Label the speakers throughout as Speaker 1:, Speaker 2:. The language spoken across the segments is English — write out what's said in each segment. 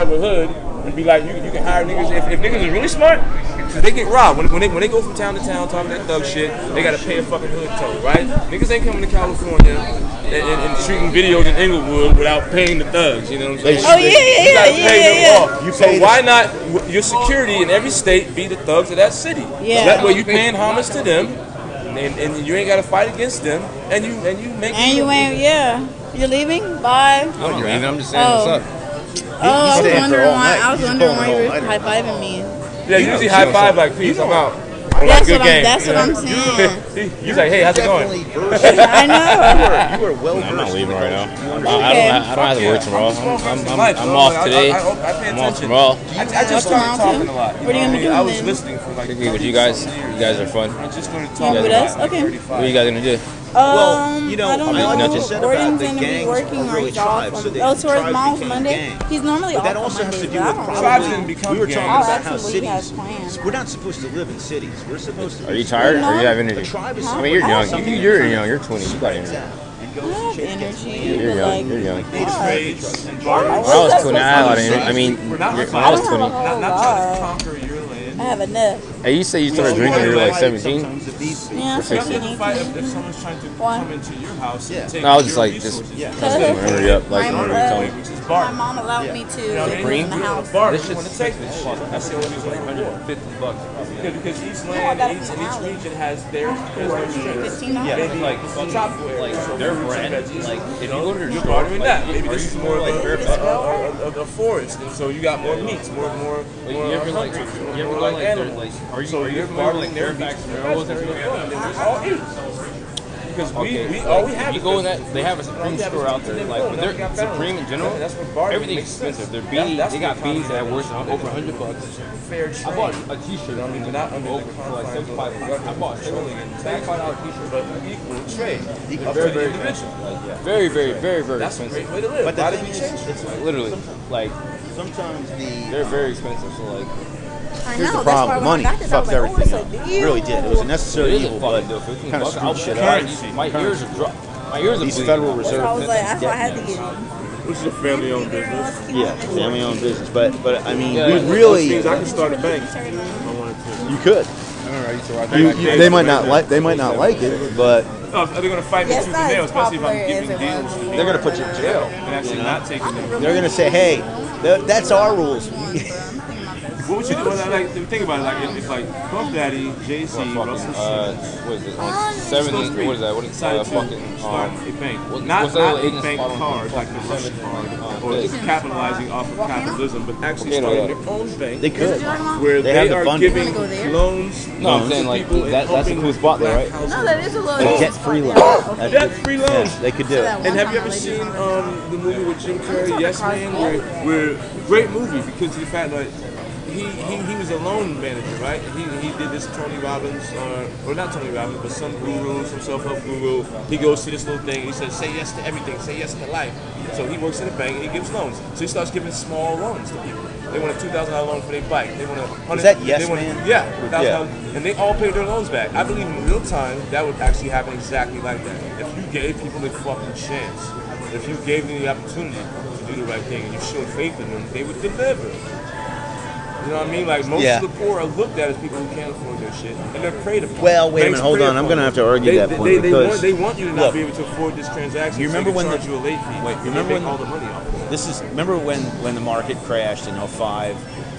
Speaker 1: the hood and be like, you, you can hire niggas if, if niggas is really smart. 'cause They get robbed when, when they when they go from town to town talking that thug shit. They gotta pay a fucking hood toll, right? Niggas ain't coming to California and, and, and shooting videos in Inglewood without paying the thugs. You know what I'm saying?
Speaker 2: Oh, yeah, yeah,
Speaker 1: You gotta
Speaker 2: yeah,
Speaker 1: pay
Speaker 2: yeah,
Speaker 1: them
Speaker 2: yeah.
Speaker 1: off.
Speaker 3: You
Speaker 1: so
Speaker 3: pay the-
Speaker 1: why not your security in every state be the thugs of that city?
Speaker 2: Yeah.
Speaker 1: That way you paying homage to them, and, and you ain't gotta fight against them, and you and you make
Speaker 2: And you ain't, yeah. You're leaving? Bye.
Speaker 4: No, you're leaving. I'm just saying
Speaker 2: Oh.
Speaker 4: what's up.
Speaker 2: Oh, I was
Speaker 3: staying for
Speaker 2: wondering
Speaker 3: all
Speaker 2: why.
Speaker 3: night.
Speaker 2: I was
Speaker 3: He's
Speaker 2: wondering why
Speaker 3: pulling
Speaker 2: you
Speaker 3: an
Speaker 2: were high
Speaker 3: all-nighter.
Speaker 2: fiving me.
Speaker 1: yeah. You
Speaker 3: You
Speaker 1: usually
Speaker 3: know,
Speaker 1: high
Speaker 3: you know
Speaker 1: five like peace. I'm out. Or, like,
Speaker 2: That's
Speaker 1: good
Speaker 2: what I'm.
Speaker 1: game.
Speaker 2: That's what
Speaker 1: Yeah.
Speaker 2: I'm saying.
Speaker 1: He's like, hey, how's it going?
Speaker 3: Definitely versed.
Speaker 2: I know.
Speaker 3: You are well versed.
Speaker 4: I'm not leaving right now.
Speaker 3: You
Speaker 4: I, I don't,
Speaker 3: understand.
Speaker 4: I don't have to work
Speaker 1: Yeah,
Speaker 4: tomorrow.
Speaker 1: just going
Speaker 4: I'm,
Speaker 1: for
Speaker 4: I'm,
Speaker 1: some
Speaker 4: I'm,
Speaker 1: life,
Speaker 4: I'm
Speaker 1: bro.
Speaker 4: off
Speaker 1: Like,
Speaker 4: today.
Speaker 1: I, I, I, I pay
Speaker 4: I'm off
Speaker 1: attention.
Speaker 4: tomorrow.
Speaker 1: I, I
Speaker 2: Tomorrow,
Speaker 1: just started talking
Speaker 2: too?
Speaker 1: a lot.
Speaker 2: What are you gonna be
Speaker 1: I
Speaker 2: doing
Speaker 1: was
Speaker 2: then?
Speaker 1: listening for like.
Speaker 4: Agree with you guys. You guys are fun.
Speaker 1: I
Speaker 4: What
Speaker 1: just started
Speaker 2: You
Speaker 1: talking
Speaker 2: with
Speaker 1: a lot,
Speaker 2: us?
Speaker 1: like,
Speaker 2: Okay.
Speaker 1: 35.
Speaker 4: are you guys gonna do?
Speaker 3: Well,
Speaker 2: Um,
Speaker 3: you know,
Speaker 2: I don't
Speaker 3: I
Speaker 2: know.
Speaker 4: like what you
Speaker 3: said
Speaker 2: Gordon's
Speaker 3: about the
Speaker 2: gonna be
Speaker 3: gangs
Speaker 2: working
Speaker 3: are
Speaker 2: on
Speaker 3: really
Speaker 2: jobs.
Speaker 3: tribes, so they-
Speaker 2: oh, towards
Speaker 3: tribes
Speaker 2: Mom's
Speaker 3: became
Speaker 2: Monday.
Speaker 3: gangs.
Speaker 2: He's normally
Speaker 3: But
Speaker 2: off
Speaker 3: that
Speaker 2: on
Speaker 3: also has to
Speaker 2: Mondays, but
Speaker 3: do
Speaker 2: I don't
Speaker 3: with probably.
Speaker 2: really
Speaker 1: Tribes didn't become
Speaker 3: we were
Speaker 1: gangs.
Speaker 3: talking
Speaker 1: Oh,
Speaker 3: about how
Speaker 2: absolutely, he has
Speaker 3: cities.
Speaker 2: plans.
Speaker 3: We're not supposed to live in cities. We're supposed to.
Speaker 4: Are you tired? Or do you have
Speaker 3: A
Speaker 4: energy?
Speaker 3: tribe is
Speaker 4: I mean, you're
Speaker 2: Huh?
Speaker 4: young.
Speaker 3: something
Speaker 4: You,
Speaker 3: that
Speaker 4: you're
Speaker 3: kind of
Speaker 4: young. You're 20. You got
Speaker 3: spreads
Speaker 4: energy.
Speaker 3: out and
Speaker 2: I
Speaker 3: goes
Speaker 2: have
Speaker 3: and gets
Speaker 2: energy.
Speaker 4: You're
Speaker 2: but,
Speaker 4: young,
Speaker 2: like,
Speaker 4: you're young.
Speaker 2: God.
Speaker 3: Native
Speaker 1: Raids and
Speaker 2: Why
Speaker 4: When
Speaker 1: bars.
Speaker 4: I was
Speaker 2: is that
Speaker 4: 20, I had
Speaker 2: supposed
Speaker 4: a lot of
Speaker 2: to be
Speaker 4: energy. I
Speaker 2: something?
Speaker 4: mean,
Speaker 1: We're not
Speaker 4: when I was
Speaker 1: fighting.
Speaker 4: 20.
Speaker 1: Not, not trying to conquer your
Speaker 2: I
Speaker 1: land.
Speaker 2: have enough.
Speaker 4: Hey, you say you started
Speaker 3: Well,
Speaker 4: drinking when you were like
Speaker 3: otherwise,
Speaker 4: 17.
Speaker 3: sometimes it needs to be-
Speaker 2: Yeah,
Speaker 1: You
Speaker 4: Fix
Speaker 1: have
Speaker 4: it.
Speaker 1: to fight if, if someone's trying to
Speaker 2: Why?
Speaker 1: come into your house
Speaker 3: Yeah.
Speaker 1: and take
Speaker 4: No, I was just
Speaker 1: your
Speaker 4: like, just-
Speaker 1: resources.
Speaker 3: Yeah.
Speaker 2: Cause
Speaker 4: Hurry up, like,
Speaker 2: my,
Speaker 4: hurry
Speaker 2: uh,
Speaker 4: up, tell me.
Speaker 1: Which is
Speaker 2: my
Speaker 1: bar.
Speaker 2: mom allowed me to.
Speaker 1: You know what I
Speaker 2: It was
Speaker 1: mean?
Speaker 2: in the house.
Speaker 1: Bar,
Speaker 4: This
Speaker 1: you want
Speaker 4: shit's
Speaker 1: to take this shit. I said it was like 150 bucks. Yeah, because each
Speaker 2: I
Speaker 1: land
Speaker 2: got
Speaker 1: and
Speaker 2: it
Speaker 1: each,
Speaker 2: from
Speaker 1: and each
Speaker 2: Aldi.
Speaker 1: region has their, has their strengths.
Speaker 2: Fifteen dollars.
Speaker 1: Maybe like chocolate, like their brand. Like if you go to your garden and that, maybe this is more of a, a, a, a, a forest, and so you got more meats, more more more hungry, more like animals. So you're bartering their meats and their vegetables, and just all eat. Because we, we all we have
Speaker 4: You
Speaker 1: is
Speaker 4: go in
Speaker 1: this.
Speaker 4: that, they have a Supreme
Speaker 1: Yeah, but
Speaker 4: store out
Speaker 1: it's-
Speaker 4: there.
Speaker 1: it's
Speaker 4: Like,
Speaker 1: cool.
Speaker 4: but
Speaker 1: Now we got
Speaker 4: they're
Speaker 1: better.
Speaker 4: Supreme in general.
Speaker 1: That's what bartering
Speaker 4: Everything's
Speaker 1: makes sense.
Speaker 4: expensive. They're
Speaker 1: That-
Speaker 4: beans.
Speaker 1: that's
Speaker 4: They
Speaker 1: the
Speaker 4: got
Speaker 1: economy
Speaker 4: beans that
Speaker 1: that
Speaker 4: are worth
Speaker 1: we're
Speaker 4: over
Speaker 1: in.
Speaker 4: 100 bucks.
Speaker 1: fair trade.
Speaker 4: I bought a T-shirt. I mean,
Speaker 1: We're not under
Speaker 4: over
Speaker 1: the
Speaker 4: for like
Speaker 1: confines of
Speaker 4: 75
Speaker 1: the
Speaker 4: bucks. I bought a
Speaker 1: controlling and
Speaker 4: $75 T-shirt.
Speaker 1: but equal trade.
Speaker 3: Equal
Speaker 1: Up to
Speaker 3: trade.
Speaker 1: the individual.
Speaker 4: Very, very, very, very
Speaker 1: That's a
Speaker 4: expensive.
Speaker 1: great way to live.
Speaker 3: But the
Speaker 1: Why did
Speaker 3: thing
Speaker 1: we
Speaker 3: is,
Speaker 1: change it?
Speaker 3: it's like,
Speaker 4: Literally, like
Speaker 3: sometimes the uh,
Speaker 4: they're very expensive. So like,
Speaker 2: I
Speaker 3: Here's
Speaker 2: know,
Speaker 3: the
Speaker 2: that's why
Speaker 3: problem.
Speaker 2: when I
Speaker 3: Money
Speaker 2: got this, I was
Speaker 3: fucks
Speaker 2: like, oh,
Speaker 3: everything
Speaker 2: it's a
Speaker 3: up.
Speaker 2: deal.
Speaker 3: Really did. It was a necessary
Speaker 4: it is
Speaker 3: evil,
Speaker 4: a
Speaker 3: but
Speaker 4: fucking deal. 15
Speaker 3: kind of
Speaker 4: bucks. I
Speaker 3: screwed
Speaker 4: was
Speaker 3: shit
Speaker 4: tired.
Speaker 3: up.
Speaker 4: My ears are dry. My ears are
Speaker 3: These
Speaker 4: bleeding.
Speaker 3: Federal Reserve.
Speaker 2: I was like, that's why I had to get it.
Speaker 1: Which is a family-owned business.
Speaker 3: Yeah, family-owned business, but but I mean,
Speaker 4: Yeah,
Speaker 3: we
Speaker 4: yeah.
Speaker 3: really
Speaker 1: I can start a bank. I wanted to.
Speaker 3: you could.
Speaker 4: I remember I used to ride
Speaker 3: You,
Speaker 4: my
Speaker 3: you, they might not like they might not like it, but
Speaker 1: Oh, they're gonna fight me
Speaker 2: Yes,
Speaker 1: tooth and
Speaker 2: that
Speaker 1: nail,
Speaker 2: is
Speaker 1: especially if
Speaker 2: popular
Speaker 1: I'm
Speaker 2: as
Speaker 1: giving
Speaker 2: it
Speaker 1: deals
Speaker 2: was.
Speaker 1: to
Speaker 4: They're
Speaker 1: people
Speaker 4: gonna put you in jail.
Speaker 1: and actually not taking them.
Speaker 3: they're gonna say, hey, tha- that's our rules.
Speaker 1: What would you do? Well, like, think about it. Like, it's like Puff Daddy, JC,
Speaker 4: Fucking,
Speaker 1: Russell
Speaker 4: uh, what is it? Like seventy. What is that? What is
Speaker 1: decided
Speaker 4: uh,
Speaker 1: to
Speaker 4: fucking
Speaker 1: start
Speaker 4: um?
Speaker 1: a bank.
Speaker 4: what-
Speaker 1: not
Speaker 4: what's that
Speaker 1: not
Speaker 4: little
Speaker 1: a
Speaker 4: agency
Speaker 1: bank
Speaker 4: called?
Speaker 1: card like the Russian card, or
Speaker 4: uh,
Speaker 1: just capitalizing off of capitalism, but actually
Speaker 4: Volcano,
Speaker 1: starting
Speaker 4: yeah.
Speaker 1: their own bank.
Speaker 3: They could.
Speaker 1: where
Speaker 3: They
Speaker 1: they,
Speaker 3: have the
Speaker 1: are
Speaker 3: funding.
Speaker 1: giving
Speaker 2: Wanna go there?
Speaker 1: loans.
Speaker 4: No, I'm saying, like, that- that's the coolest spot there, right?
Speaker 2: No, that is a little.
Speaker 3: A debt-free loan.
Speaker 2: Okay.
Speaker 1: Debt free loans.
Speaker 3: Yeah, they could do it.
Speaker 1: And have you ever seen um, the movie with Jim Carrey, Yes Man? Where, where great movie because of the fact that he, he, he was a loan manager, right? He, he did this Tony Robbins, uh, or not Tony Robbins, but some guru, some self help guru. He goes to this little thing. He says, "Say yes to everything. Say yes to life." So he works in a bank and he gives loans. So he starts giving small loans to people. They want a two thousand dollar loan for their bike. They want a hundred.
Speaker 3: Is that Yes
Speaker 1: they want a-
Speaker 3: Man?
Speaker 1: Yeah, $1,000 and they all pay their loans back. I believe in real time that would actually happen exactly like that. If you gave people the fucking chance, if you gave them the opportunity to do the right thing, and you showed faith in them, they would deliver. You know what I mean? Like most
Speaker 3: Yeah.
Speaker 1: of the poor are looked at as people who can't afford their shit, and they're preyed upon.
Speaker 3: Well, wait a
Speaker 1: Banks
Speaker 3: minute, hold
Speaker 1: prey
Speaker 3: on, I'm
Speaker 1: upon
Speaker 3: gonna
Speaker 1: them.
Speaker 3: have to argue
Speaker 1: they,
Speaker 3: that
Speaker 1: they,
Speaker 3: point
Speaker 1: They, they,
Speaker 3: because-
Speaker 1: want, they want you to not
Speaker 3: look.
Speaker 1: be able to afford this transaction.
Speaker 3: You remember
Speaker 1: so
Speaker 3: when
Speaker 1: they
Speaker 3: the-
Speaker 1: charge you a late fee?
Speaker 3: Wait,
Speaker 1: and
Speaker 3: remember
Speaker 1: they
Speaker 3: when-
Speaker 1: make all the money off? of it.
Speaker 3: This is remember when when the market crashed in 05?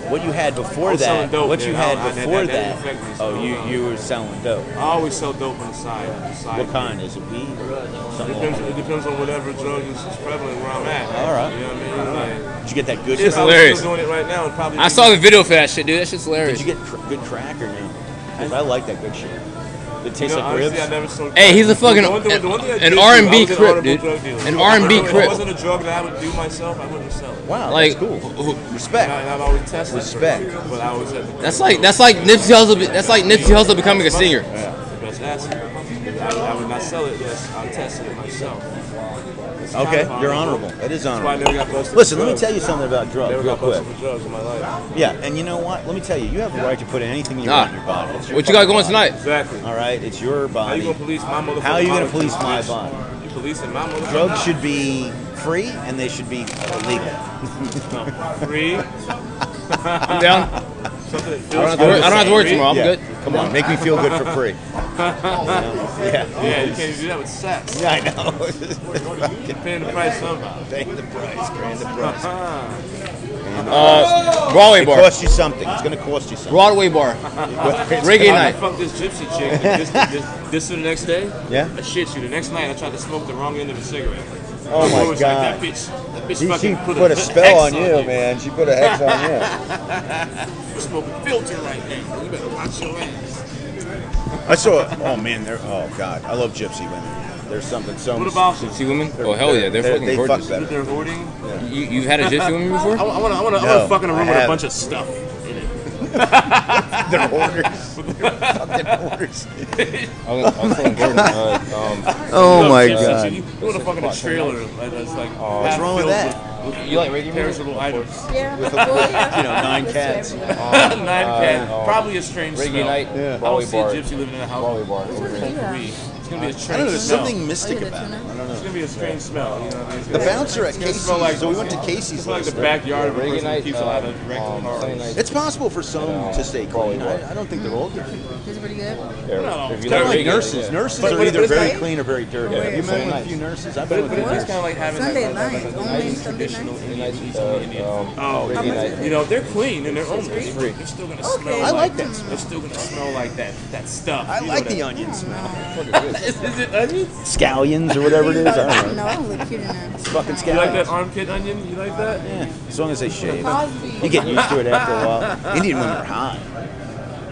Speaker 3: What you had
Speaker 1: I
Speaker 3: before
Speaker 1: was selling
Speaker 3: that?
Speaker 1: dope,
Speaker 3: What
Speaker 1: dude.
Speaker 3: you
Speaker 1: I-
Speaker 3: had
Speaker 1: I- that-
Speaker 3: before
Speaker 1: that didn't
Speaker 3: that?
Speaker 1: affect me, so
Speaker 3: Oh, you
Speaker 1: no.
Speaker 3: you were selling dope.
Speaker 1: I always sell dope on the side. On the side.
Speaker 3: What kind? Is it weed? or Something
Speaker 1: Depends,
Speaker 3: like
Speaker 1: it depends on whatever drug is, is prevalent where I'm at.
Speaker 3: All right.
Speaker 1: You know what I mean? Like,
Speaker 3: that? Did you get that good?
Speaker 1: if
Speaker 3: crack?
Speaker 1: I was
Speaker 4: hilarious.
Speaker 1: still doing it right now, it'd probably
Speaker 4: I
Speaker 1: be-
Speaker 4: saw the video for that shit, dude. That shit's
Speaker 3: Did
Speaker 4: hilarious.
Speaker 3: you get cr- good crack or no? 'Cause I like that good shit. It
Speaker 1: You
Speaker 3: tastes
Speaker 1: know,
Speaker 3: like
Speaker 1: honestly, I
Speaker 3: ribs.
Speaker 1: never sold
Speaker 4: Hey, he's a
Speaker 1: crack.
Speaker 4: fucking-
Speaker 1: The one thing- the one thing I
Speaker 4: an
Speaker 1: did do,
Speaker 4: R&B
Speaker 1: I was an
Speaker 4: crip,
Speaker 1: honorable
Speaker 4: dude.
Speaker 1: drug dealer.
Speaker 4: An R&B
Speaker 1: If
Speaker 4: crip.
Speaker 1: It wasn't a drug that I would do myself. I wouldn't sell. it.
Speaker 3: Wow,
Speaker 4: Like,
Speaker 3: that's cool.
Speaker 4: who- who-
Speaker 1: And, I,
Speaker 3: Respect.
Speaker 1: and I've always tested.
Speaker 3: Respect.
Speaker 1: it, But I always had the
Speaker 4: that's like that's like Nipsey Hussle. be- That's like Nipsey Hussle becoming a singer.
Speaker 1: best asset. I, I would not sell it unless I tested it myself. It's kind
Speaker 3: Okay,
Speaker 1: of
Speaker 3: you're honorable. That is
Speaker 1: That's why I
Speaker 3: honorable.
Speaker 1: never got busted.
Speaker 3: Listen,
Speaker 1: for
Speaker 3: let me
Speaker 1: drugs.
Speaker 3: tell you something about drugs,
Speaker 1: Never
Speaker 3: real
Speaker 1: got
Speaker 3: quick.
Speaker 1: busted for drugs in my life.
Speaker 3: Yeah, and you know what? Let me tell you, you have the right to put anything you
Speaker 4: Nah.
Speaker 3: want in your body. It's
Speaker 4: Ah.
Speaker 3: your
Speaker 4: What you got
Speaker 3: fucking
Speaker 4: going
Speaker 3: body.
Speaker 4: tonight?
Speaker 1: Exactly.
Speaker 3: All right, it's your
Speaker 1: How you
Speaker 3: body.
Speaker 1: gonna police my motherfucking
Speaker 3: How are you gonna
Speaker 1: body?
Speaker 3: police my
Speaker 1: Bitch.
Speaker 3: body?
Speaker 1: You policing my motor.
Speaker 3: Drugs should be free and they should be legal.
Speaker 1: free.
Speaker 4: I'm down.
Speaker 1: Something that
Speaker 4: I don't have to work, I don't have to work tomorrow. I'm
Speaker 3: Yeah.
Speaker 4: good.
Speaker 3: Come on, make me feel good for free. yeah.
Speaker 1: Yeah, you can't do that with sex.
Speaker 3: Yeah, I know.
Speaker 1: You're paying the price uh, somehow.
Speaker 3: Paying the price, grand the price.
Speaker 1: Ah,
Speaker 4: Uh, Broadway
Speaker 3: It
Speaker 4: bar.
Speaker 3: costs you something. It's gonna cost you something.
Speaker 4: Broadway bar. Reggae
Speaker 1: I
Speaker 4: night.
Speaker 1: fucked this gypsy chick. and This, this, this to the next day.
Speaker 3: Yeah?
Speaker 1: I shit you. The next night, I tried to smoke the wrong end of a cigarette.
Speaker 3: Oh
Speaker 1: I
Speaker 3: my
Speaker 1: was like, that
Speaker 3: god.
Speaker 1: bitch, that bitch
Speaker 5: She,
Speaker 1: fucking
Speaker 5: she
Speaker 1: put,
Speaker 5: put,
Speaker 1: a,
Speaker 5: a spell
Speaker 1: hex
Speaker 5: on you, man. She put a hex on you.
Speaker 1: You're smoking filter right now. You better watch your ass.
Speaker 3: I saw. Oh man, they're. Oh god, I love gypsy women. There's something so.
Speaker 1: What about
Speaker 4: See women? Oh hell yeah, they're fucking
Speaker 3: they
Speaker 4: gorgeous.
Speaker 3: Fuck better.
Speaker 1: they're hoarding?
Speaker 4: You, you've had a gypsy woman before?
Speaker 1: I, I want to I wanna, I
Speaker 3: No,
Speaker 1: wanna fuck in a
Speaker 3: I
Speaker 1: room with a
Speaker 3: haven't.
Speaker 1: bunch of stuff in it.
Speaker 3: They're hoarders. They're fucking hoarders.
Speaker 4: I was, I was telling Gordon. Uh,
Speaker 5: Oh my
Speaker 1: Yeah,
Speaker 5: god.
Speaker 1: since You, you want to fuck in a trailer like, that's like
Speaker 3: Oh, What's
Speaker 1: half
Speaker 3: wrong with
Speaker 1: filled
Speaker 3: that?
Speaker 4: um, you like reggae
Speaker 1: with
Speaker 4: music?
Speaker 1: Perishable items.
Speaker 2: Yeah. Well, yeah.
Speaker 3: You know, nine cats.
Speaker 2: What
Speaker 1: Nine cat,
Speaker 3: Oh.
Speaker 1: probably a strange
Speaker 4: Reggae
Speaker 1: smell.
Speaker 4: night.
Speaker 5: Yeah.
Speaker 1: I don't
Speaker 4: Broadway
Speaker 1: see a
Speaker 4: bar.
Speaker 1: gypsy living in a
Speaker 4: Broadway
Speaker 1: house.
Speaker 4: bar.
Speaker 2: do you have?
Speaker 1: Weed. It's gonna be a
Speaker 3: I don't
Speaker 1: strange
Speaker 3: know. There's
Speaker 1: smell.
Speaker 3: something
Speaker 2: Oh, you
Speaker 3: mystic
Speaker 2: get a
Speaker 3: about it.
Speaker 2: tuna?
Speaker 1: It's gonna be a strange smell. You know what I mean? It's
Speaker 3: The
Speaker 1: gonna-
Speaker 3: bouncer at
Speaker 1: it's gonna
Speaker 3: Casey's.
Speaker 1: smell like-
Speaker 3: so we went to Casey's
Speaker 1: It's like the
Speaker 3: last night.
Speaker 1: backyard of a
Speaker 4: Reggae
Speaker 1: person who
Speaker 4: night,
Speaker 1: keeps
Speaker 4: uh,
Speaker 1: a lot of rectal
Speaker 4: um, Sunday night.
Speaker 1: horrors.
Speaker 3: It's possible for some
Speaker 4: uh,
Speaker 3: to stay
Speaker 4: Broadway
Speaker 3: clean.
Speaker 4: bar.
Speaker 3: I, I don't think they're all good.
Speaker 2: Is it pretty good?
Speaker 1: No.
Speaker 4: If you
Speaker 3: They're
Speaker 4: like
Speaker 3: like
Speaker 4: reggae,
Speaker 3: nurses.
Speaker 4: yeah.
Speaker 3: Nurses
Speaker 1: But-
Speaker 3: are
Speaker 1: but
Speaker 3: either
Speaker 1: it's
Speaker 3: very
Speaker 1: like-
Speaker 3: clean or very dirty.
Speaker 4: Yeah,
Speaker 3: Have you
Speaker 4: Sunday
Speaker 3: been with a
Speaker 4: nights.
Speaker 3: few nurses? I've been
Speaker 1: But,
Speaker 3: with
Speaker 1: but
Speaker 3: a few
Speaker 1: it's kind
Speaker 3: nurses.
Speaker 1: of like having
Speaker 2: Sunday
Speaker 1: like, like, like,
Speaker 2: night,
Speaker 1: like
Speaker 2: only
Speaker 1: nice
Speaker 2: Sunday
Speaker 1: traditional
Speaker 2: night.
Speaker 1: Indian
Speaker 4: Uh,
Speaker 1: food, some Indian
Speaker 4: um,
Speaker 1: food. Oh,
Speaker 4: Reggae night.
Speaker 1: you know they're clean in their own way.
Speaker 4: free.
Speaker 1: They're still gonna
Speaker 2: Okay.
Speaker 1: smell.
Speaker 2: I
Speaker 3: like that smell.
Speaker 1: They're still gonna smell like that that stuff.
Speaker 3: I
Speaker 1: you know
Speaker 3: like
Speaker 1: that.
Speaker 3: the onion smell.
Speaker 1: Is, is it onions?
Speaker 3: Scallions or whatever it is. I don't know.
Speaker 2: No, I don't look cute enough.
Speaker 3: Fucking
Speaker 1: You like that
Speaker 3: scallions.
Speaker 1: armpit onion? You like that?
Speaker 3: Yeah, as long as they shave. You
Speaker 2: Cosby.
Speaker 3: get used to it after a while. Indian women are hot.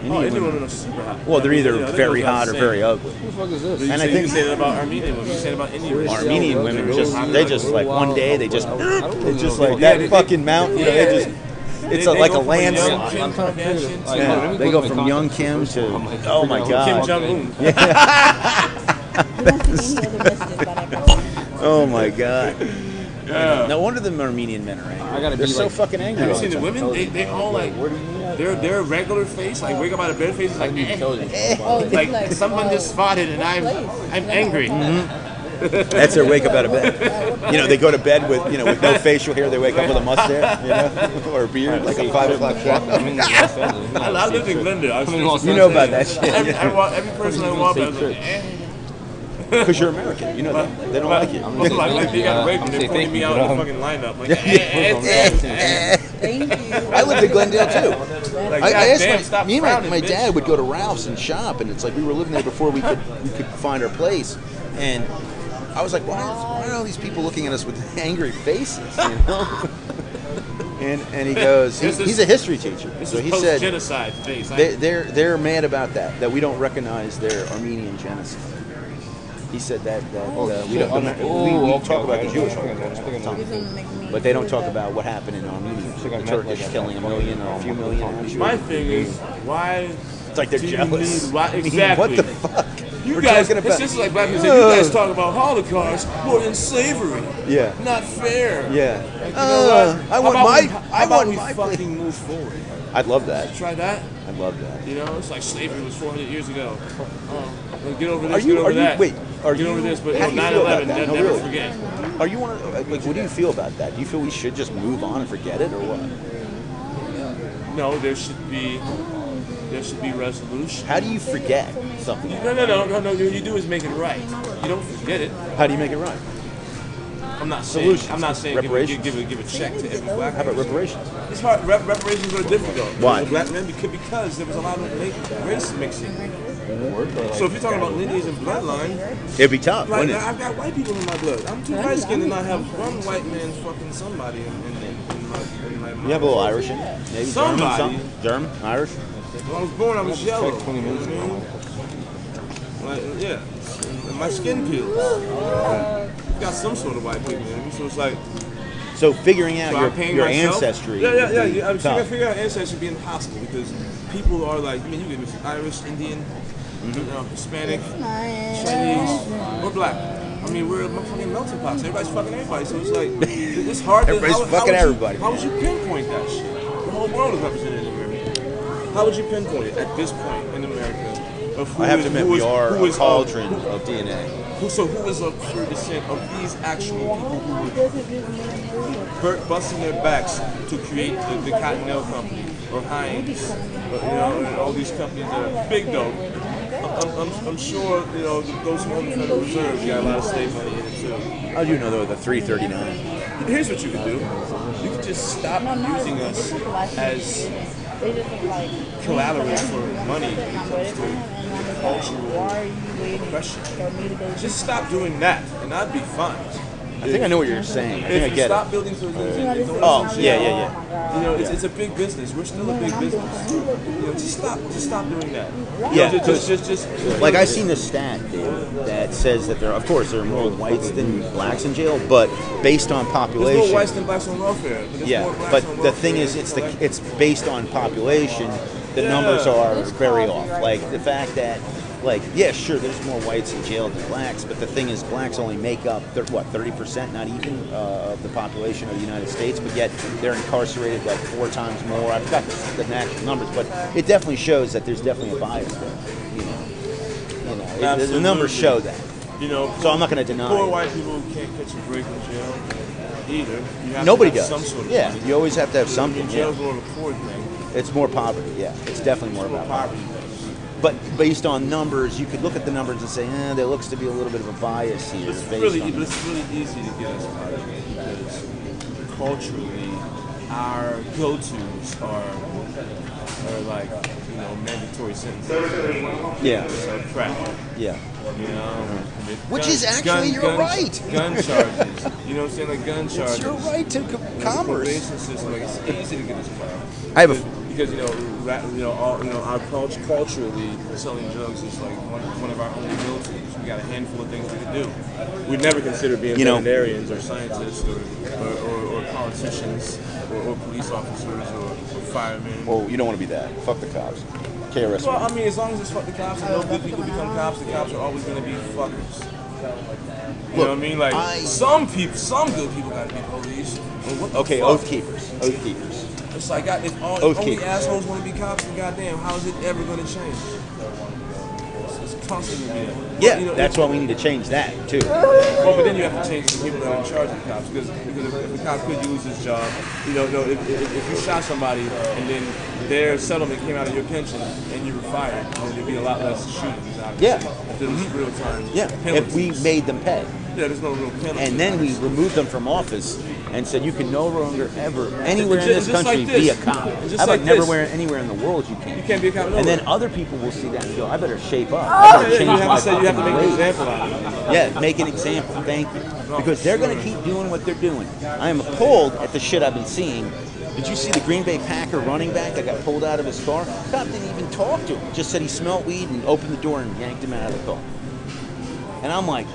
Speaker 3: Indian
Speaker 1: Oh, Indian
Speaker 3: women.
Speaker 1: women are super hot.
Speaker 3: Well, they're either
Speaker 1: You know, that
Speaker 3: very
Speaker 1: goes without
Speaker 3: hot or
Speaker 1: saying.
Speaker 3: very ugly.
Speaker 4: Who the fuck is this?
Speaker 1: You
Speaker 3: And
Speaker 1: say,
Speaker 3: I think-
Speaker 1: you say that about Armenian women. You say that about Indian women.
Speaker 3: Armenian women just they just like one day they just they just like
Speaker 1: Yeah,
Speaker 3: that
Speaker 1: they-
Speaker 3: fucking mountain. you know,
Speaker 1: yeah.
Speaker 3: They just it's a,
Speaker 1: They- they
Speaker 3: like a
Speaker 1: go from young
Speaker 3: landslide.
Speaker 1: Kim
Speaker 4: I'm trying to figure it. Like,
Speaker 1: Kardashian to
Speaker 4: hold on, let
Speaker 3: Yeah,
Speaker 4: me
Speaker 3: they
Speaker 4: look
Speaker 3: go
Speaker 4: at
Speaker 3: from
Speaker 4: my
Speaker 3: young
Speaker 4: contacts
Speaker 3: Kim
Speaker 4: first.
Speaker 3: to
Speaker 4: I'm like,
Speaker 3: oh my
Speaker 4: figure out who
Speaker 1: Kim
Speaker 4: Kim
Speaker 3: god,
Speaker 1: Jong Un.
Speaker 2: I don't see any other messages about that person.
Speaker 3: oh my god.
Speaker 1: Yeah.
Speaker 3: No wonder the Armenian men are angry.
Speaker 4: I gotta
Speaker 3: They're
Speaker 4: be
Speaker 3: so
Speaker 4: like-
Speaker 3: fucking angry.
Speaker 1: Have you
Speaker 3: all the
Speaker 1: seen the
Speaker 3: time.
Speaker 1: women? They they all like their their regular face, like wake up out of bed face, is like eh.
Speaker 2: Oh, it's
Speaker 1: like someone
Speaker 2: oh,
Speaker 1: just farted and I'm I'm angry.
Speaker 3: That's their wake up out of bed. You know, they go to bed with you know with no facial hair. They wake up with a mustache, you know, or a beard, like a five o'clock shadow.
Speaker 4: I'm in Los Angeles.
Speaker 1: I, I lived in Glendale. I was
Speaker 4: I'm in Los
Speaker 3: You know
Speaker 4: Angeles.
Speaker 3: about that shit.
Speaker 1: every, I walk, every person I walk, I was like, eh.
Speaker 3: Because you're American. You know that. They don't like you.
Speaker 1: Like, like, like they got
Speaker 4: Uh,
Speaker 1: raped
Speaker 4: I'm gonna
Speaker 1: and they
Speaker 4: say
Speaker 1: pointed
Speaker 4: thank
Speaker 1: me
Speaker 4: you,
Speaker 1: out
Speaker 4: but,
Speaker 1: in the
Speaker 4: um,
Speaker 1: fucking lineup. Like, eh, eh, eh, eh, eh.
Speaker 2: Thank you.
Speaker 3: I lived in Glendale too.
Speaker 1: Like,
Speaker 3: I, I
Speaker 1: goddamn,
Speaker 3: asked my,
Speaker 1: stop
Speaker 3: me and my,
Speaker 1: frowning,
Speaker 3: my
Speaker 1: bitch.
Speaker 3: dad would go to Ralph's and shop, and it's like we were living there before we could we could find our place, and I was like, why, are- why are all these people looking at us with angry faces? You know. and and he goes, he,
Speaker 1: This is-
Speaker 3: he's a history teacher,
Speaker 1: This
Speaker 3: so
Speaker 1: is
Speaker 3: he said
Speaker 1: post-genocide face. I-
Speaker 3: they, they're they're mad about that that we don't recognize their Armenian genocide. He said that that uh, we don't
Speaker 4: Oh,
Speaker 3: we, we
Speaker 4: okay,
Speaker 3: talk about
Speaker 4: okay.
Speaker 3: the Jewish
Speaker 4: I think I know. I think I know.
Speaker 3: Holocaust all the
Speaker 2: You're
Speaker 3: time,
Speaker 2: gonna make me
Speaker 3: but they don't
Speaker 2: do
Speaker 3: talk
Speaker 2: that.
Speaker 3: about what happened in Armenia.
Speaker 4: I
Speaker 3: The
Speaker 4: met
Speaker 3: Turkish
Speaker 4: like a-
Speaker 3: killing a million or a few million. I'm sure.
Speaker 1: My thing is, why?
Speaker 3: It's like they're
Speaker 1: do you
Speaker 3: jealous.
Speaker 1: need- why-
Speaker 3: I mean,
Speaker 1: exactly.
Speaker 3: what the fuck?
Speaker 1: You
Speaker 3: We're
Speaker 1: guys,
Speaker 3: talking
Speaker 1: it's
Speaker 3: about.
Speaker 1: just like black people say, you
Speaker 3: Ugh.
Speaker 1: guys talk about Holocaust more than slavery.
Speaker 3: Yeah.
Speaker 1: Not fair.
Speaker 3: yeah.
Speaker 1: Like, you know
Speaker 3: Uh,
Speaker 1: what?
Speaker 3: I
Speaker 1: How
Speaker 3: want
Speaker 1: about
Speaker 3: my.
Speaker 1: we- how
Speaker 3: I
Speaker 1: about
Speaker 3: want
Speaker 1: we
Speaker 3: my. place.
Speaker 1: fucking move forward.
Speaker 3: I'd love that.
Speaker 1: Try that.
Speaker 3: I'd love that.
Speaker 1: You know, it's like slavery was 400 years ago. Oh, like, get over this,
Speaker 3: Are you-
Speaker 1: get over
Speaker 3: are you-
Speaker 1: that.
Speaker 3: wait, are
Speaker 1: get over
Speaker 3: you-
Speaker 1: this, but
Speaker 3: how
Speaker 1: no,
Speaker 3: do you feel about
Speaker 1: 9/11,
Speaker 3: that?
Speaker 1: ne-
Speaker 3: No,
Speaker 1: never
Speaker 3: really.
Speaker 1: forget.
Speaker 3: Are you one of like? What do you feel about that? Do you feel we should just move on and forget it, or what?
Speaker 1: No, there should be, there should be resolution.
Speaker 3: How do you forget something?
Speaker 1: No, no, no, no, no. What you do is make it right. You don't forget it.
Speaker 3: How do you make it right?
Speaker 1: I'm not saying.
Speaker 3: Solutions.
Speaker 1: I'm not saying give a, give,
Speaker 3: Reparations.
Speaker 1: give, a, give a check to every black.
Speaker 3: How about reparations?
Speaker 1: It's hard. Rep- reparations are difficult.
Speaker 3: Why?
Speaker 1: For Black men because, because there was a lot of ma- race mixing. So if you're talking about lineage and bloodline,
Speaker 3: It'd be tough,
Speaker 1: like
Speaker 3: wouldn't
Speaker 1: now,
Speaker 3: it?
Speaker 1: I've got white people in my blood. I'm too light skinned to not have one white man fucking somebody in, in, in my in my.
Speaker 3: You have a little Irish in you. Maybe
Speaker 1: Somebody.
Speaker 3: German, something. German, Irish.
Speaker 1: When I was born, I was yellow.
Speaker 4: Like 20 minutes.
Speaker 1: You know what I mean? Like, yeah, and my skin peels. I've got some sort of white people in me, so it's like.
Speaker 3: So figuring out
Speaker 1: So I'm
Speaker 3: your,
Speaker 1: paying
Speaker 3: your
Speaker 1: myself?
Speaker 3: ancestry.
Speaker 1: Yeah, yeah,
Speaker 3: would
Speaker 1: yeah.
Speaker 3: be
Speaker 1: yeah. I'm trying to
Speaker 3: tough.
Speaker 1: figure out ancestry would be impossible because people are like, I mean, you get Irish, Indian,
Speaker 3: Mm-hmm.
Speaker 1: you know, Hispanic, Chinese, or black. I mean, we're a fucking melting pot. Everybody's fucking everybody, so it's like it's hard. To,
Speaker 3: Everybody's
Speaker 1: would
Speaker 3: fucking
Speaker 1: you-
Speaker 3: everybody.
Speaker 1: How would you pinpoint that shit? The whole world is represented in America. How would you pinpoint it at this point in America? Of who
Speaker 3: I have
Speaker 1: is-
Speaker 3: to admit,
Speaker 1: who
Speaker 3: we
Speaker 1: is-
Speaker 3: are
Speaker 1: who
Speaker 3: a
Speaker 1: is of-
Speaker 3: cauldron of DNA.
Speaker 1: Who, so who is of pure descent of these actual people who were bur- busting their backs to create the, the Cottonelle Company or Heinz, or, you know, and all these companies that are big though. I'm, I'm, I'm sure you know th- those who own the Federal Reserve got a lot of state money in it
Speaker 2: How do you know though the 339?
Speaker 1: too. Here's what you can do: you can just stop using us as collateral for money when it comes to cultural oppression. Just stop doing that, and I'd be fine.
Speaker 2: I think I know what you're saying. I
Speaker 1: If
Speaker 2: think I
Speaker 1: you
Speaker 2: get
Speaker 1: stop
Speaker 2: it.
Speaker 1: building buildings and and doing
Speaker 2: Oh,
Speaker 1: some shit,
Speaker 2: yeah, yeah, yeah.
Speaker 1: You know, it's, it's a big business. We're still a big business. You know, just stop, just stop doing that.
Speaker 2: Yeah,
Speaker 1: just, just, just, just-
Speaker 3: Like I seen the stat, dude, that says that there, of course, there are more whites than blacks in jail, but based on
Speaker 1: There's more whites
Speaker 3: population,
Speaker 1: than blacks on welfare. But there's more
Speaker 3: yeah.
Speaker 1: blacks
Speaker 3: But
Speaker 1: on
Speaker 3: the
Speaker 1: welfare.
Speaker 3: thing is, it's the it's based on population. The
Speaker 1: Yeah.
Speaker 3: numbers are very off. Like the fact that, like, yeah, sure, there's more whites in jail than blacks, but the thing is, blacks only make up thir- what 30 percent, not even uh, of the population of the United States, but yet they're incarcerated like four times more. I've got the actual numbers, but it definitely shows that there's definitely a bias there. You know, you know, it- the- the numbers
Speaker 1: Absolutely.
Speaker 3: show that.
Speaker 1: you know,
Speaker 3: So I'm not going to deny.
Speaker 1: poor
Speaker 3: it.
Speaker 1: white people can't catch a break in jail either. You have
Speaker 3: Nobody
Speaker 1: to have
Speaker 3: does.
Speaker 1: Some sort of
Speaker 3: yeah,
Speaker 1: money.
Speaker 3: you always have to have
Speaker 1: I mean,
Speaker 3: something.
Speaker 1: Jail's
Speaker 3: Yeah.
Speaker 1: more of a poor thing.
Speaker 3: It's more poverty. Yeah, it's definitely more
Speaker 1: It's more
Speaker 3: about
Speaker 1: poverty.
Speaker 3: But based on numbers, you could look at the numbers and say, eh, there looks to be a little bit of a bias here.
Speaker 1: It's
Speaker 3: based
Speaker 1: really,
Speaker 3: on-
Speaker 1: but it's really easy to get us out of it because culturally, our go-tos are are like you know mandatory sentences,
Speaker 3: yeah,
Speaker 1: so crack,
Speaker 3: yeah.
Speaker 1: you know,
Speaker 3: Uh-huh. Which is actually your
Speaker 1: gun,
Speaker 3: right.
Speaker 1: Gun charges, you know what I'm saying? Like gun charges.
Speaker 3: It's your right to co-
Speaker 1: And the
Speaker 3: commerce.
Speaker 1: Probation system, like it's easy to get us clout.
Speaker 3: I have a-
Speaker 1: because you know, ra- you know, all, you know, our culture, culturally, selling drugs is like one, one of our only go-tos. We got a handful of things we can do. We never consider being
Speaker 3: You know-
Speaker 1: veterinarians or scientists or, or, or, or politicians or, or police officers or, or firemen.
Speaker 3: oh,
Speaker 2: Well, you don't want to be that. Fuck the cops. KRS.
Speaker 1: Well, I mean, as long as it's fuck the cops and no good people become cops, the cops are always going to be fuckers. You know what I mean? Like
Speaker 3: I-
Speaker 1: some people, some good people got to be police. Well, what the
Speaker 3: Okay,
Speaker 1: fuck?
Speaker 3: oath keepers. Oath keepers.
Speaker 1: It's like I- if all
Speaker 3: Oath
Speaker 1: if only
Speaker 3: keepers.
Speaker 1: assholes want to be cops, then goddamn, how is it ever going to change? It's it's constantly there.
Speaker 3: Yeah,
Speaker 1: You know,
Speaker 3: that's
Speaker 1: it-
Speaker 3: why we need to change that too.
Speaker 1: Well, but then you have to change the people that are in charge of the cops because because if, if the cop could lose his job, you know, no, if, if, if you shot somebody and then their settlement came out of your pension and you were fired, then there'd be a lot less shootings. Obviously.
Speaker 3: Yeah. Mm-hmm.
Speaker 1: If there was real time.
Speaker 3: Yeah, if we
Speaker 1: penalties.
Speaker 3: made them pay,
Speaker 1: yeah, there's no real penalty.
Speaker 3: and then we removed them from office and said you can no longer ever anywhere in this
Speaker 1: Just like
Speaker 3: country
Speaker 1: this.
Speaker 3: be a cop.
Speaker 1: Just
Speaker 3: How
Speaker 1: like
Speaker 3: about never
Speaker 1: this.
Speaker 3: where anywhere in the world you can?
Speaker 1: You can't be a cop
Speaker 3: And then
Speaker 1: nowhere.
Speaker 3: other people will see that and go, I better shape up. I better
Speaker 1: Oh, Yeah, you
Speaker 3: change
Speaker 1: have
Speaker 3: my
Speaker 1: to say you have to
Speaker 3: fucking
Speaker 1: make an
Speaker 3: ways."
Speaker 1: example out of it.
Speaker 3: Yeah, make an example. Thank you. Because they're going to keep doing what they're doing. I am appalled at the shit I've been seeing. Did you see the Green Bay Packer running back that got pulled out of his car? Cop didn't even talk to him. Just said he smelled weed and opened the door and yanked him out of the car. And I'm like,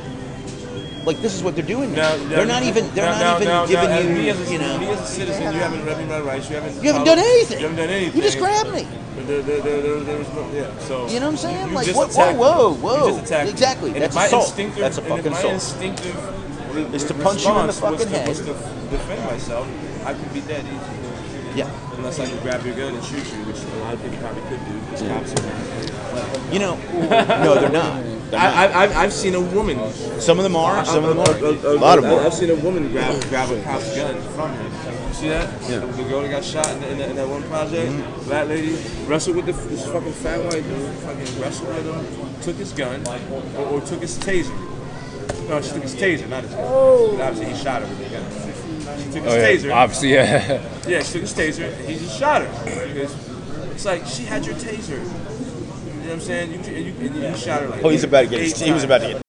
Speaker 3: like this is what they're doing. Now.
Speaker 1: Now, now-
Speaker 3: they're not even. They're not
Speaker 1: now- now-
Speaker 3: even
Speaker 1: now-
Speaker 3: giving
Speaker 1: now, as
Speaker 3: you.
Speaker 1: Me as a,
Speaker 3: you know.
Speaker 1: me as a citizen, you haven't read me my rights. You haven't.
Speaker 3: You haven't
Speaker 1: followed-
Speaker 3: done anything.
Speaker 1: You haven't done anything.
Speaker 3: You just grabbed me.
Speaker 1: There, there, there, there, there was no, yeah. So
Speaker 3: You know what I'm saying?
Speaker 1: You
Speaker 3: Like,
Speaker 1: just
Speaker 3: what- whoa,
Speaker 1: attacked
Speaker 3: whoa,
Speaker 1: me.
Speaker 3: whoa.
Speaker 1: You just attacked me.
Speaker 3: Exactly.
Speaker 1: And
Speaker 3: That's
Speaker 1: my
Speaker 3: assault.
Speaker 1: instinctive-
Speaker 3: That's a
Speaker 1: and if
Speaker 3: fucking
Speaker 1: my
Speaker 3: assault.
Speaker 1: instinctive re-
Speaker 3: Is to punch you in the
Speaker 1: response was
Speaker 3: fucking
Speaker 1: to-
Speaker 3: head.
Speaker 1: Was to defend myself. I could be dead easy.
Speaker 3: Yeah.
Speaker 1: Unless I could grab your gun and shoot you, which a lot of people probably could do because cops are not.
Speaker 3: You know. No, they're not. They're not.
Speaker 1: I, I, I've, I've seen a woman.
Speaker 3: Some of them are. Some of them
Speaker 1: I've-
Speaker 3: aren't.
Speaker 1: I've-
Speaker 3: A
Speaker 1: I've-
Speaker 3: lot of
Speaker 1: I've-
Speaker 3: them. are.
Speaker 1: I've seen a woman grab grab a cop's gun from him. You see that?
Speaker 3: Yeah. Mm-hmm.
Speaker 1: The girl that got shot in, in, that- in that one project, black lady, wrestled with the, this fucking fat white dude, fucking wrestled with him, took his gun, or, or took his taser. No, she took his taser, not his gun. But obviously, he shot her with the gun. She took
Speaker 3: Oh,
Speaker 1: his taser.
Speaker 4: Obviously, yeah.
Speaker 1: Yeah, she took his taser and he just shot her. Because it's like she had your taser. You know what I'm saying? You, and you, and you shot her like.
Speaker 3: Oh, he's about to get.
Speaker 1: eight
Speaker 3: He was
Speaker 1: times.
Speaker 3: about to get